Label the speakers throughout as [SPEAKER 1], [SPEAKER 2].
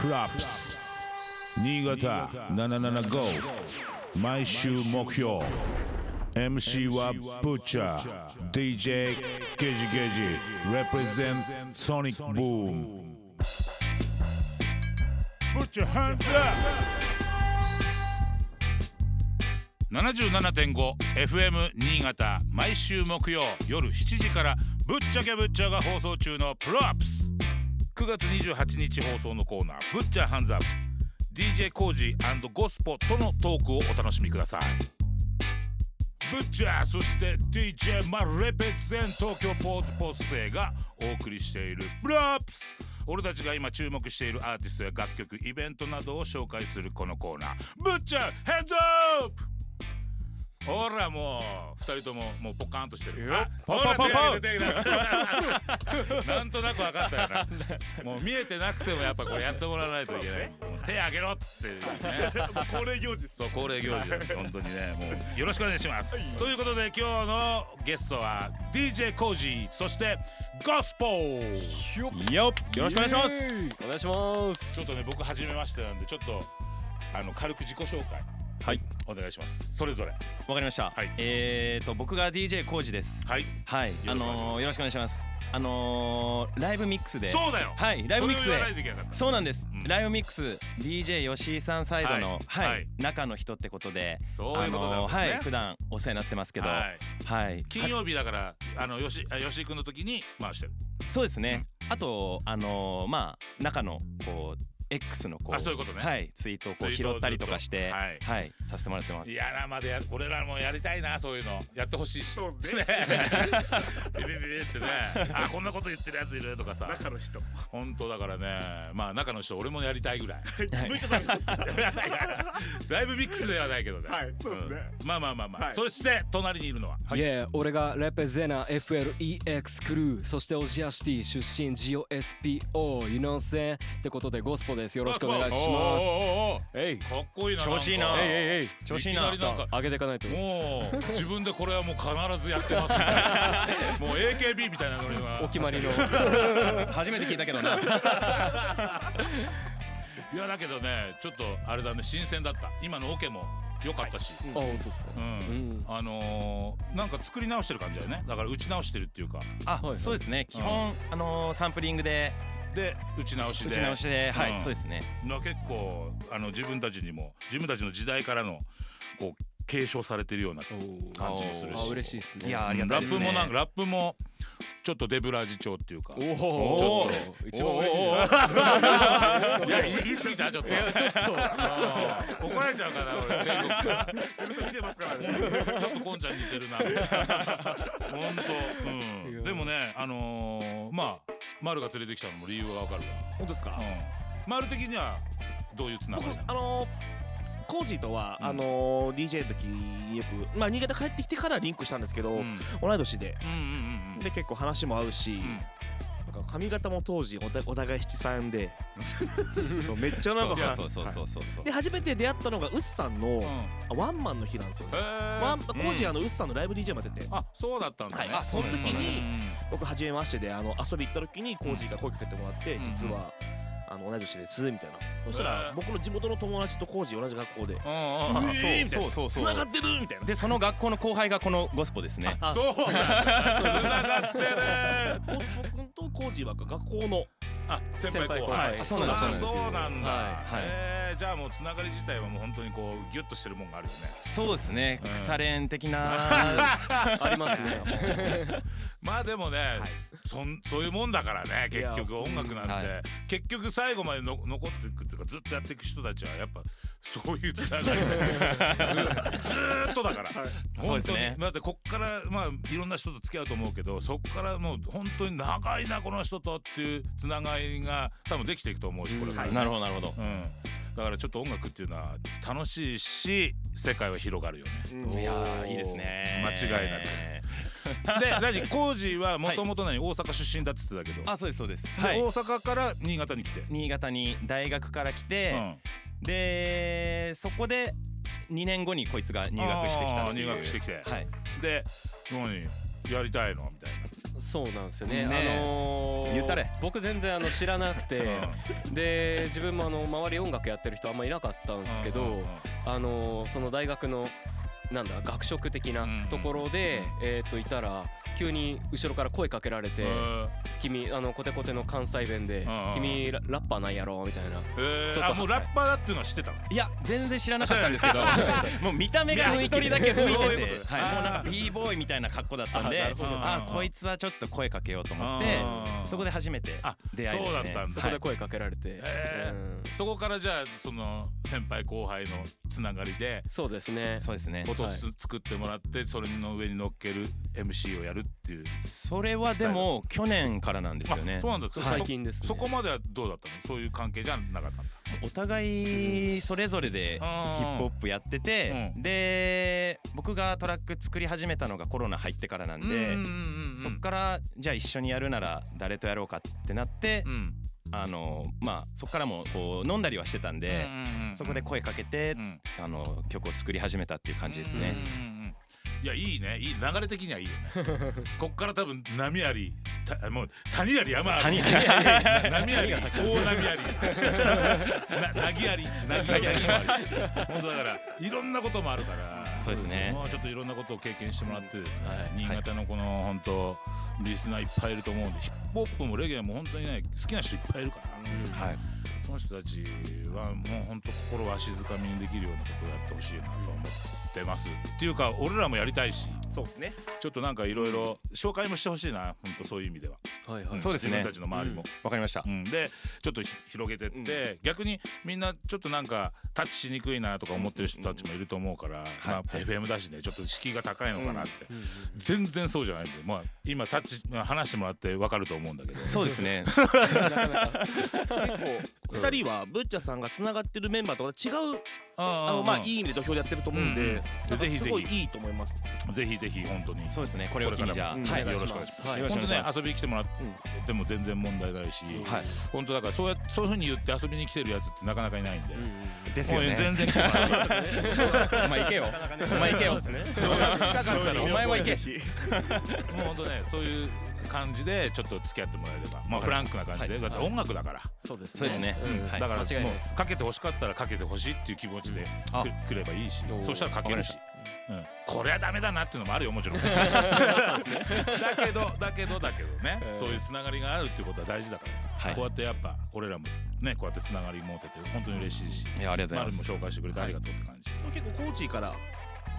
[SPEAKER 1] クラップス新潟775毎週目標 MC はブッチャー DJ ゲジゲジ represent ソニックブームブッチャーハン
[SPEAKER 2] 77.5 FM 新潟毎週木曜夜7時からぶっちゃけぶっちゃが放送中のプロアップス9月28日放送のコーナーぶっちゃハンズアップ DJ コージーゴスポとのトークをお楽しみくださいぶっちゃそして DJ マレペゼン東京ポーズポッセイがお送りしているプロアップス俺たちが今注目しているアーティストや楽曲イベントなどを紹介するこのコーナーぶっちゃヘッドアップほらもう二人とももうポカーンとしてる。あほら
[SPEAKER 3] ポンポンポン
[SPEAKER 2] 手挙げて手挙げてなんとなく分かった よな。もう見えてなくてもやっぱこれやってもらわないといけない。もう手挙げろっつってね。
[SPEAKER 4] 恒例行事です
[SPEAKER 2] そう恒例行事なんで本当にねもうよろしくお願いします。ということで今日のゲストは DJ コージーそしてゴスポー。
[SPEAKER 3] よよろしくお願いします
[SPEAKER 4] お願いします
[SPEAKER 2] ちょっとね僕初めましてなんでちょっとあの軽く自己紹介
[SPEAKER 3] はい
[SPEAKER 2] お願いします。それぞれ
[SPEAKER 3] わかりました、
[SPEAKER 2] はい
[SPEAKER 3] えーと僕が DJ コージです
[SPEAKER 2] はい。
[SPEAKER 3] はい、
[SPEAKER 2] よ
[SPEAKER 3] あ
[SPEAKER 2] ろしくお願いします
[SPEAKER 3] のーよろしくお願いしますあのーライブミックスで
[SPEAKER 2] そうだよ。
[SPEAKER 3] はいライブミックス
[SPEAKER 2] それを言わない
[SPEAKER 3] で
[SPEAKER 2] といけなかった。
[SPEAKER 3] そうなんです、
[SPEAKER 2] うん
[SPEAKER 3] ライブミックス DJ 吉井さんサイドの、
[SPEAKER 2] は
[SPEAKER 3] はいい
[SPEAKER 2] はい
[SPEAKER 3] 中の人ってことで
[SPEAKER 2] そういうこと
[SPEAKER 3] あ
[SPEAKER 2] なん
[SPEAKER 3] の
[SPEAKER 2] です
[SPEAKER 3] ー
[SPEAKER 2] ね。
[SPEAKER 3] はい普段お世話になってますけど
[SPEAKER 2] は
[SPEAKER 3] はいい
[SPEAKER 2] 金曜日だからあのよしあよし君の時に回してる
[SPEAKER 3] そうですね、あとあのーまあ中のこう X のこう
[SPEAKER 2] あそういうことね
[SPEAKER 3] はいツイートをこう
[SPEAKER 2] ツイートを
[SPEAKER 3] 拾ったりとかし
[SPEAKER 2] ず
[SPEAKER 3] て
[SPEAKER 2] っと
[SPEAKER 3] は
[SPEAKER 2] はい
[SPEAKER 3] い、させてもらってます
[SPEAKER 2] いやなまでや俺らもやりたいなそういうのやってほしいし
[SPEAKER 4] そうね
[SPEAKER 2] ねビビビビってねあこんなこと言ってるやついるとかさ
[SPEAKER 4] 中の人
[SPEAKER 2] 本当だからねまあ中の人俺もやりたいぐらい
[SPEAKER 4] 向いてさん
[SPEAKER 2] ライブミックスではないけどね
[SPEAKER 4] はいそうですね
[SPEAKER 2] んまあまあまあまあ、
[SPEAKER 4] はい
[SPEAKER 2] そして隣にいるのは、
[SPEAKER 5] いえ、俺がレペゼナ FLEX クルーそしてオジアシティ出身 GOSPO ユノンセンってことでゴスポですよろしくお願いし
[SPEAKER 2] お
[SPEAKER 5] ま
[SPEAKER 2] ー
[SPEAKER 5] す
[SPEAKER 2] おーおー
[SPEAKER 5] えい
[SPEAKER 2] かっこいいな
[SPEAKER 3] 調子いいなん
[SPEAKER 2] か
[SPEAKER 3] えいえ
[SPEAKER 5] えいえい
[SPEAKER 3] 調子いいな
[SPEAKER 2] きりんか
[SPEAKER 5] 上げていかないと
[SPEAKER 2] もう自分でこれはもう必ずやってます ねもう AKB みたいなノリは
[SPEAKER 5] お決まりの
[SPEAKER 3] 初めて聞いたけどな
[SPEAKER 2] いやだけどねちょっとあれだね新鮮だった今のオケも良かったし、
[SPEAKER 5] あ本当ですか
[SPEAKER 2] うん
[SPEAKER 5] うん
[SPEAKER 2] あのー、なんか作り直してる感じだよねだから打ち直してるっていうか
[SPEAKER 3] あ、
[SPEAKER 5] はい
[SPEAKER 3] そうですね基本、あのーサンプリングで
[SPEAKER 2] で打ち直しで
[SPEAKER 3] 打ち直しで、はい、
[SPEAKER 2] うん
[SPEAKER 3] そうですね
[SPEAKER 2] な結構あの自分たちにも自分たちの時代からのこう継承されてるような感じもする
[SPEAKER 5] あ
[SPEAKER 2] し
[SPEAKER 5] 嬉しいですね
[SPEAKER 3] いやありがた
[SPEAKER 2] ラ
[SPEAKER 3] い
[SPEAKER 2] ッ
[SPEAKER 3] です
[SPEAKER 2] プ
[SPEAKER 3] ね
[SPEAKER 2] もなんかラップもちょっとデブラージ調っていうか
[SPEAKER 5] お
[SPEAKER 3] お
[SPEAKER 5] お
[SPEAKER 3] ー
[SPEAKER 5] ちょっと一番嬉しいね
[SPEAKER 2] いや言い過ぎたちょっとうん 怒られちゃうかな俺
[SPEAKER 4] 見てますからね
[SPEAKER 2] ちょっとこんちゃん似てるな。本当、うん。でもね、あのー、まあ、マルが連れてきたのも理由はわかる
[SPEAKER 4] 本当です
[SPEAKER 2] わ。
[SPEAKER 4] か
[SPEAKER 2] うん。マル的には、どういうつながりなの。
[SPEAKER 6] あのコージーとは、
[SPEAKER 2] うん
[SPEAKER 6] あの DJ の時よく、まあ、新潟帰ってきてからリンクしたんですけど、
[SPEAKER 2] うん、うん、
[SPEAKER 6] 同い年で
[SPEAKER 2] うん、うん、
[SPEAKER 6] で結構話も合うし、
[SPEAKER 2] うん。
[SPEAKER 6] なんか髪型も当時おたお互い七三でめっちゃなんか
[SPEAKER 3] そうそうそうそうそう
[SPEAKER 6] で初めて出会ったのがウッさんの
[SPEAKER 2] うん。うん。へ
[SPEAKER 6] あワンマンの日なんですよ、
[SPEAKER 2] え。
[SPEAKER 6] ワンコージーあのウッさんのライブ DJ もやってて
[SPEAKER 2] あ、そうだったんだね。
[SPEAKER 6] はいあそうなんです
[SPEAKER 2] うん
[SPEAKER 6] そうなんです僕初めましてであの遊び行った時にコージーが声かけてもらって、
[SPEAKER 2] うん
[SPEAKER 6] 実はあの同い年ですみたいな、そした
[SPEAKER 2] へー
[SPEAKER 6] ら僕の地元の友達とコージー同じ学校で
[SPEAKER 2] うん、うん、うん。
[SPEAKER 6] えーみ
[SPEAKER 3] そ
[SPEAKER 6] たい
[SPEAKER 3] う
[SPEAKER 6] な
[SPEAKER 3] そうそう
[SPEAKER 6] 繋がってるみたいな
[SPEAKER 3] でその学校の後輩がこのゴスポですね
[SPEAKER 6] あ
[SPEAKER 2] そうなん だ。繋がってる。
[SPEAKER 6] 大坪君とコージーは学校の
[SPEAKER 2] あ、先
[SPEAKER 5] 先
[SPEAKER 2] 輩後
[SPEAKER 5] 輩後
[SPEAKER 2] 輩。
[SPEAKER 5] 輩
[SPEAKER 3] あそうなんです
[SPEAKER 2] あ
[SPEAKER 3] そうなんです
[SPEAKER 2] そうなんだ。
[SPEAKER 3] はいはい
[SPEAKER 2] えーじゃあもうつながり自体はもう本当にこうギュッとしてるもんがあるよね。
[SPEAKER 3] そうですね
[SPEAKER 2] うん
[SPEAKER 3] 腐れ縁的な
[SPEAKER 5] あり ますね
[SPEAKER 2] まあでもね、そんそういうもんだからね結局音楽なんて、
[SPEAKER 3] うんはい
[SPEAKER 2] 結局最後までの残っていくっていうかずっとやっていく人たちはやっ ぱそういうつながりずずーっとだから、
[SPEAKER 3] そう
[SPEAKER 2] 本
[SPEAKER 3] です
[SPEAKER 2] 当に、
[SPEAKER 3] ね
[SPEAKER 2] だってこっからまあいろんな人と付き合うと思うけどそっからもう本当に長いなこの人とっていうつながりが多分できていくと思うしこれから、
[SPEAKER 3] なるほどなるほど
[SPEAKER 2] うん、だからちょっと音楽っていうのは楽しいし世界は広がるよね。
[SPEAKER 3] いやーいいですね
[SPEAKER 2] 間違いなくで何コージーはもともと何、大阪出身だっつってたけど
[SPEAKER 3] あそうですそうです
[SPEAKER 2] で
[SPEAKER 3] はい
[SPEAKER 2] 大阪から新潟に来て、
[SPEAKER 3] 新潟に大学から来て、でそこで2年後にこいつが入学してきたっていう
[SPEAKER 2] あー入学してきて
[SPEAKER 3] はい
[SPEAKER 2] うん、で何やりたいのみたいな
[SPEAKER 7] そうなんですよ
[SPEAKER 3] ね
[SPEAKER 7] ね
[SPEAKER 3] え
[SPEAKER 7] あのー
[SPEAKER 3] 言ったれ
[SPEAKER 7] 僕全然あの知らなく てで自分もあの周り音楽やってる人あんまいなかったんですけど、
[SPEAKER 2] うんうんうん
[SPEAKER 7] あのーその大学のなんだ学食的なところで、えー、といたら急に後ろから声かけられて
[SPEAKER 2] うん
[SPEAKER 7] 「君あのコテコテの関西弁で
[SPEAKER 2] うんうん
[SPEAKER 7] 君ララッパーなんやろ」みたいな。
[SPEAKER 2] え
[SPEAKER 7] ちょっ
[SPEAKER 2] ー、
[SPEAKER 7] と
[SPEAKER 2] あもうラッパーだっていうのは知ってたの
[SPEAKER 3] いや全然知らなかったんですけ どもう見た目が一人だけ
[SPEAKER 2] 雰囲気
[SPEAKER 3] 吹いててはいもうなんか b ボーイみたいな格好だったんで
[SPEAKER 2] あな
[SPEAKER 3] あ
[SPEAKER 2] るほど
[SPEAKER 3] あこいつはちょっと声かけようと思って
[SPEAKER 2] うん
[SPEAKER 3] そこで初めて
[SPEAKER 2] あ
[SPEAKER 3] 出会いで
[SPEAKER 2] そ
[SPEAKER 3] すね
[SPEAKER 2] うだったんだ
[SPEAKER 7] そこで声かけられて、
[SPEAKER 2] へー
[SPEAKER 7] うん
[SPEAKER 2] そこからじゃあその先輩後輩のつながりで
[SPEAKER 7] そうですね
[SPEAKER 3] そうですね
[SPEAKER 2] ことをつ、
[SPEAKER 7] は
[SPEAKER 2] 作ってもらってそれの上に乗っける MC をやるっていう
[SPEAKER 3] それはでも去年からなんですよね
[SPEAKER 2] あそうなんだそ
[SPEAKER 7] 最近ですね
[SPEAKER 2] そこまではどうだったのそういう関係じゃなかったんだ
[SPEAKER 3] お互いそれぞれでヒ
[SPEAKER 2] あー
[SPEAKER 3] ップホップやってて
[SPEAKER 2] う
[SPEAKER 3] で僕がトラック作り始めたのがコロナ入ってからなんで
[SPEAKER 2] うんうんうん
[SPEAKER 3] そっからじゃあ一緒にやるなら誰とやろうかってなって
[SPEAKER 2] うん
[SPEAKER 3] あのまあそっからもこう飲んだりはしてたんで
[SPEAKER 2] うんうんうん
[SPEAKER 3] そこで声かけて
[SPEAKER 2] うん
[SPEAKER 3] あの曲を作り始めたっていう感じですね
[SPEAKER 2] うんうんうんいやいいねいい流れ的にはいい よねこっから多分波ありたもう谷あり山あり
[SPEAKER 3] 谷あり
[SPEAKER 2] な波あり大波あり ななぎありなぎあり本当だからいろんなこともあるから
[SPEAKER 3] そうですね
[SPEAKER 2] もうちょっといろんなことを経験してもらってですね、
[SPEAKER 7] はい
[SPEAKER 2] 新潟のこの本当リスナーいっぱいいると思うんでヒップホップもレゲエも本当にね好きな人いっぱいいるから、
[SPEAKER 3] はい
[SPEAKER 2] その人たちはもう本当心を足づかみにできるようなことをやってほしいなと思ってますっていうか俺らもやりたいし
[SPEAKER 6] そうですね。
[SPEAKER 2] ちょっとなんかいろいろ紹介もしてほしいな本当そういう意味では、
[SPEAKER 7] はいはい、
[SPEAKER 2] ん
[SPEAKER 3] そうですね
[SPEAKER 2] 自分たちの周りも、
[SPEAKER 3] わかりました
[SPEAKER 2] うんでちょっとひ広げてって、逆にみんなちょっとなんかタッチしにくいなとか思ってる人たちもいると思うから、まあ、FM だしねちょっと敷居が高いのかなって、全然そうじゃないんで、まあ、今タッチ話してもらって分かると思うんだけど
[SPEAKER 3] そうですね
[SPEAKER 6] 結構二人はブッチャさんが繋がってるメンバーとは違うあ
[SPEAKER 2] あ
[SPEAKER 6] のまあいい意味で土俵でやってると思うん
[SPEAKER 2] うんうん
[SPEAKER 6] で、なん
[SPEAKER 2] ぜ
[SPEAKER 6] か
[SPEAKER 2] ひぜひ
[SPEAKER 6] すごいいいと思います。
[SPEAKER 2] ぜひぜひ本当に
[SPEAKER 3] そうですねこれを機にじゃあ
[SPEAKER 6] これ
[SPEAKER 3] は
[SPEAKER 6] か
[SPEAKER 3] い
[SPEAKER 6] ら
[SPEAKER 7] お
[SPEAKER 2] よ
[SPEAKER 7] 願
[SPEAKER 2] ろし
[SPEAKER 7] いし
[SPEAKER 2] くお願
[SPEAKER 7] ま
[SPEAKER 2] いします
[SPEAKER 7] すはい
[SPEAKER 3] よろしくお
[SPEAKER 2] 本
[SPEAKER 3] 願
[SPEAKER 2] 当ね
[SPEAKER 3] いします
[SPEAKER 2] 遊びに来てもらっても全然問題ないし、
[SPEAKER 3] はい
[SPEAKER 2] 本当だからそうやそういうふうに言って遊びに来てるやつってなかなかいないんで、
[SPEAKER 7] うんうんうん
[SPEAKER 3] ですよ
[SPEAKER 2] もう
[SPEAKER 3] ね
[SPEAKER 2] 全然来てもらって
[SPEAKER 3] お前行け よお前行けよ
[SPEAKER 2] 近か ったらお前は行け
[SPEAKER 6] ぜひ
[SPEAKER 2] もう本当ねそういう感じでちょっと付き合ってもらえればまあフランクな感じで、
[SPEAKER 7] はい
[SPEAKER 2] だって音楽だから、
[SPEAKER 7] そうですね
[SPEAKER 3] そうですね
[SPEAKER 2] うん
[SPEAKER 3] はい
[SPEAKER 2] だから
[SPEAKER 7] 間違い
[SPEAKER 2] も
[SPEAKER 7] ないです
[SPEAKER 2] うかけてほしかったらかけてほしいっていう気持ちで
[SPEAKER 3] あ
[SPEAKER 2] く,、ればいいし
[SPEAKER 7] おー
[SPEAKER 2] そしたらかけるし
[SPEAKER 3] わ
[SPEAKER 2] うん、これはダメだなっていうのもあるよもちろんだけどだけどだけどね、
[SPEAKER 7] えー
[SPEAKER 2] そういうつながりがあるっていうことは大事だからさ、
[SPEAKER 3] はい
[SPEAKER 2] こうやってやっぱ俺らもねこうやってつながり持てて本当に嬉しいし
[SPEAKER 3] いやありがとう
[SPEAKER 2] マ
[SPEAKER 3] ご
[SPEAKER 2] ルも
[SPEAKER 3] ざい
[SPEAKER 2] 紹介してくれてありがとうって感じ、
[SPEAKER 6] 結構コーチーから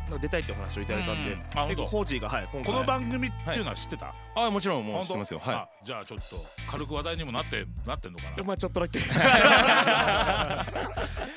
[SPEAKER 6] なんか出たいってお話をいただいたんで、
[SPEAKER 2] うんあ本当
[SPEAKER 6] 結構コーチーがはい今回
[SPEAKER 2] この番組っていうのは知ってた、
[SPEAKER 3] ますあもちろんもう
[SPEAKER 2] 本
[SPEAKER 3] 知っ
[SPEAKER 2] 当
[SPEAKER 3] てますよはい
[SPEAKER 2] あじゃあちょっと軽く話題にもなってなってんのかな
[SPEAKER 6] まあちょっとだけ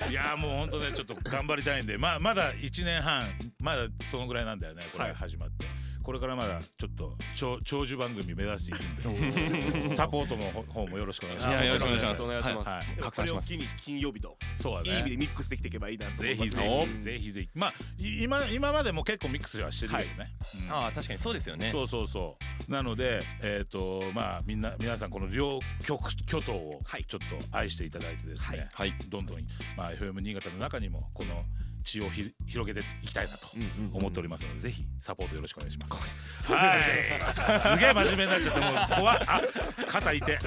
[SPEAKER 2] いやーもう本当ねちょっと頑張りたいんでまあまだ1年半まだそのぐらいなんだよねこれ始まって、これからまだちょっと長長寿番組目指していく んでサポートの方もよろしくお願いします
[SPEAKER 3] いやよろしくお願いします
[SPEAKER 7] お願いします
[SPEAKER 2] はい、
[SPEAKER 3] 拡散します
[SPEAKER 6] これを機に金曜日と
[SPEAKER 2] そうだ
[SPEAKER 6] い
[SPEAKER 2] ね
[SPEAKER 6] い意味でミックスできていけばいいなと思
[SPEAKER 2] ぜ
[SPEAKER 6] いま
[SPEAKER 2] ひ
[SPEAKER 6] す
[SPEAKER 2] ぜ
[SPEAKER 6] ね
[SPEAKER 2] ひぜひぜひまあい今今までも結構ミックスはしてるけどね、うん
[SPEAKER 3] ああ確かにそうですよね
[SPEAKER 2] そうそうそうなのでえっ、とまあみんな皆さんこの両極巨頭を
[SPEAKER 6] はい
[SPEAKER 2] ちょっと愛していただいてですね、
[SPEAKER 3] はい
[SPEAKER 2] どんどん、まあ、FM 新潟の中にもこの血をひ広げていきたいなと思っておりますので、ぜひサポートよろしくお願いします。はい、すげえ真面目になっちゃってもう怖っあ肩痛い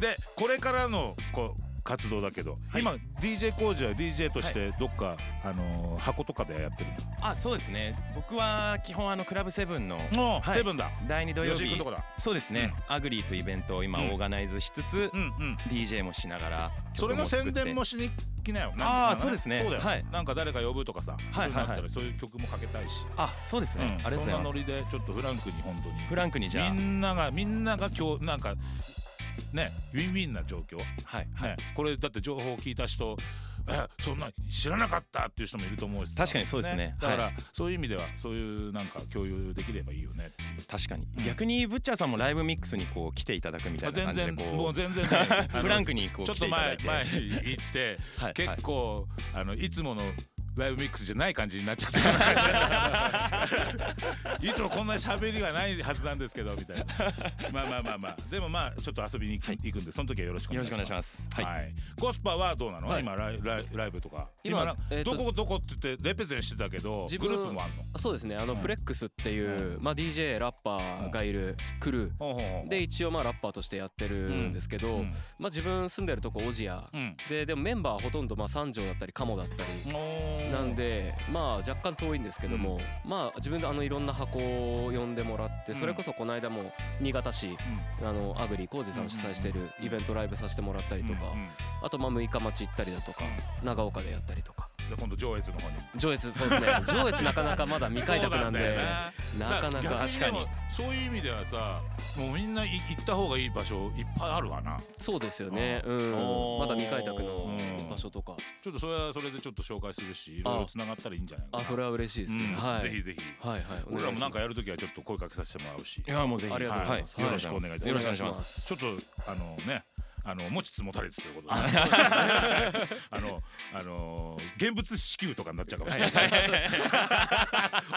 [SPEAKER 2] でこれからのこう活動だけど、今 DJ 工事は DJ としてどっか、あのー箱とかでやってる
[SPEAKER 3] あそうですね僕は基本あのクラブセブンの
[SPEAKER 2] の。もう、
[SPEAKER 3] はい
[SPEAKER 2] セブンだ。
[SPEAKER 3] 第2土曜
[SPEAKER 2] 吉井
[SPEAKER 3] 日
[SPEAKER 2] 君とこだ。
[SPEAKER 3] そうですね、アグリーというイベントを今オ
[SPEAKER 2] うん
[SPEAKER 3] ーガナイズしつつ、
[SPEAKER 2] うんうん。
[SPEAKER 3] DJ もしながら
[SPEAKER 2] それの宣伝も
[SPEAKER 3] し
[SPEAKER 2] しに来なよ。
[SPEAKER 3] あー
[SPEAKER 2] なんか
[SPEAKER 3] そうですね
[SPEAKER 2] そうだよ、
[SPEAKER 3] はい
[SPEAKER 2] なんか誰か呼ぶとかさ、
[SPEAKER 3] はいはいはい
[SPEAKER 2] そういうのあったらそういう曲もかけたいし。
[SPEAKER 3] あそうですね、
[SPEAKER 2] うん
[SPEAKER 3] ありがとうござい
[SPEAKER 2] そ
[SPEAKER 3] ま
[SPEAKER 2] んなノ
[SPEAKER 3] す
[SPEAKER 2] リでちょっとフランクに本当に。
[SPEAKER 3] フランクにじゃあ
[SPEAKER 2] みんながみんなが今日なんかねウィンウィンな状況、
[SPEAKER 3] はい
[SPEAKER 2] ね、これだって情報を聞いた人えそんな知らなかったっていう人もいると思うしさ
[SPEAKER 3] 確かにそうですね
[SPEAKER 2] だから、
[SPEAKER 3] は
[SPEAKER 2] そういう意味ではそういうなんか共有できればいいよねっていう
[SPEAKER 3] 確かに、
[SPEAKER 2] うん
[SPEAKER 3] 逆にブッチャーさんもライブミックスにこう来ていただくみた
[SPEAKER 2] まあ
[SPEAKER 3] いな
[SPEAKER 2] 全
[SPEAKER 3] 感じで
[SPEAKER 2] 然
[SPEAKER 3] こう
[SPEAKER 2] もう全然ねあの
[SPEAKER 3] フランクにこう
[SPEAKER 2] ちょっ
[SPEAKER 3] 来て
[SPEAKER 2] と
[SPEAKER 3] いただ
[SPEAKER 2] 前
[SPEAKER 3] いて
[SPEAKER 2] 前行って
[SPEAKER 3] はい
[SPEAKER 2] 結構、い、あのいつものライブミックスじゃない感じになっちゃったような感じいつもこんな喋りがないはずなんですけどみ たいなまあまあまあまあでもまあちょっと遊びに行く,、行くんでその時はよろしくお願いします
[SPEAKER 3] よろしくお願いしますはい
[SPEAKER 2] はいコスパはどうなの、
[SPEAKER 7] はい
[SPEAKER 2] 今ライライライブとか
[SPEAKER 7] 今
[SPEAKER 2] な
[SPEAKER 7] えーと
[SPEAKER 2] どこどこって言ってレペゼンしてたけど
[SPEAKER 7] 自
[SPEAKER 2] グ
[SPEAKER 7] 分
[SPEAKER 2] ループもあんの
[SPEAKER 7] そうですねあの、
[SPEAKER 2] うん
[SPEAKER 7] フレックスっっていう、まあ、DJ ラッパーがいるクル
[SPEAKER 2] ほうほうほ
[SPEAKER 7] ー
[SPEAKER 2] う
[SPEAKER 7] で一応まあラッパーとしてやってるんですけど、
[SPEAKER 2] うん
[SPEAKER 7] まあ、自分住んでるとこ小千谷
[SPEAKER 2] うん
[SPEAKER 7] ででもメンバーほとんどまあ三条だったり鴨だったりなんでまあ若干遠いんですけども、まあ自分であのいろんな箱を呼んでもらって
[SPEAKER 2] うん
[SPEAKER 7] それこそこの間も新潟市、あのアグリ浩二さん主催してるイベントライブさせてもらったりとか、
[SPEAKER 2] うんうん
[SPEAKER 7] あとまあ6日町行ったりだとか、長岡でやったりとか
[SPEAKER 2] じゃあ今度上越の方に
[SPEAKER 7] 上越そう ですね上越なかなかまだ未開拓なんでなかなか
[SPEAKER 2] 確かにそういう意味ではさもうみんない行った方がいい場所いっぱいあるわな
[SPEAKER 7] そうですよねうん
[SPEAKER 2] おー
[SPEAKER 7] まだ未開拓の
[SPEAKER 2] うん
[SPEAKER 7] 場所とか
[SPEAKER 2] ちょっとそれはそれでちょっと紹介するしいろいろつながったらいいんじゃないかな
[SPEAKER 7] あそれは嬉しいですね、
[SPEAKER 2] うん
[SPEAKER 7] はい
[SPEAKER 2] ぜひぜひ
[SPEAKER 7] はいはいお願い
[SPEAKER 2] 俺
[SPEAKER 7] します
[SPEAKER 2] らもなんかやるときはちょっと声かけさせてもらうし
[SPEAKER 6] いやもうぜひ
[SPEAKER 7] ありがとうございます、
[SPEAKER 2] はいよろしくお願いいたします
[SPEAKER 7] よろくお願いします
[SPEAKER 2] ちょっとあのねあの持ちつ持たれつということで あのあの現物支給とかになっちゃうかもしれない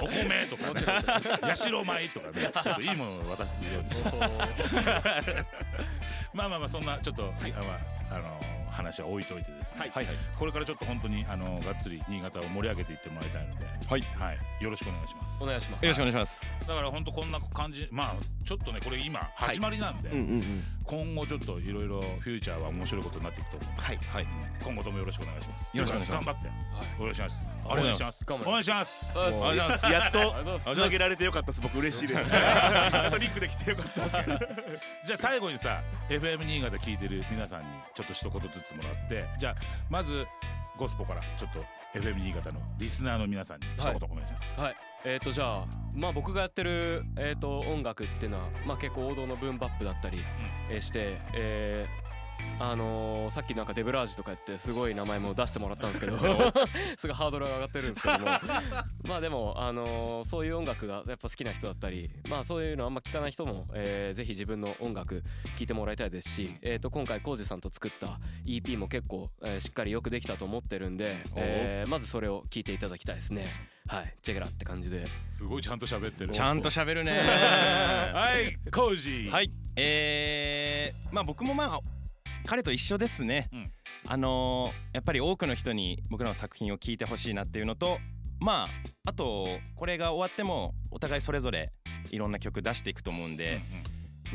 [SPEAKER 2] お米とかねヤシロ米とかねちょっといいものを渡すように まあまあまあそんなちょっと、あまああの話は置いといてですね、
[SPEAKER 6] はい
[SPEAKER 2] これからちょっと本当にあのがっつり新潟を盛り上げていってもらいたいので、
[SPEAKER 6] はい
[SPEAKER 2] はい、よろしくお願いします
[SPEAKER 7] お願いします
[SPEAKER 6] よろしくお願いします
[SPEAKER 2] だから本当こんな感じまあちょっとねこれ今始まりなんで、
[SPEAKER 6] うんうんうん
[SPEAKER 2] 今後ちょっといろいろフューチャーは面白いことになっていくと思う
[SPEAKER 6] はいはい
[SPEAKER 2] 今後ともよろしくお願いします
[SPEAKER 6] よろしくお願いします
[SPEAKER 2] 頑張って、お願いします
[SPEAKER 6] ありがとうございます
[SPEAKER 2] お願いします
[SPEAKER 7] ありがとうございます
[SPEAKER 6] やっ
[SPEAKER 7] あ
[SPEAKER 6] と
[SPEAKER 7] りがとうございます
[SPEAKER 6] つなげられてよかったです僕嬉しい ですやっとリンクできてよかった
[SPEAKER 2] じゃあ最後にさ FM 新潟聞いてる皆さんにちょっと一言ずつもらってじゃあまずゴスポからちょっと FM 新潟のリスナーの皆さんに一言お願いします、
[SPEAKER 7] はい、えー、とじゃあまあ僕がやってる、えー、と音楽っていうのは、まあ、結構王道のブーンバップだったり、えーして、えーあのーさっきなんかデブラージとかやってすごい名前も出してもらったんですけど すごいハードルが上がってるんですけども まあでも、あのーそういう音楽がやっぱ好きな人だったり、まあ、そういうのあんま聞かない人も、えーぜひ自分の音楽聴いてもらいたいですし、えー、と今回コージさんと作った EP も結構、えーしっかりよくできたと思ってるんで、えーまずそれを聞いていただきたいですね。はい、チェケラって感じで。
[SPEAKER 2] すごいちゃんと喋ってる
[SPEAKER 6] ちゃんと喋るね
[SPEAKER 2] はいコージー
[SPEAKER 6] はいえー、まあ僕もまあ彼と一緒ですね、
[SPEAKER 2] うん
[SPEAKER 6] あのーやっぱり多くの人に僕らの作品を聞いてほしいなっていうのとまああとこれが終わってもお互いそれぞれいろんな曲出していくと思うん
[SPEAKER 2] うんう
[SPEAKER 6] で
[SPEAKER 2] ん、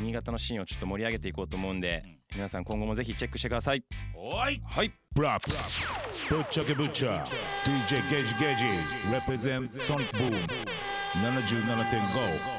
[SPEAKER 6] 新潟のシーンをちょっと盛り上げていこうと思うんで、皆さん今後もぜひチェックしてください
[SPEAKER 2] おい
[SPEAKER 6] はい
[SPEAKER 1] ブラックスぶっちゃけぶっちゃ DJ ゲージゲージ represent Sonic Boom 77.5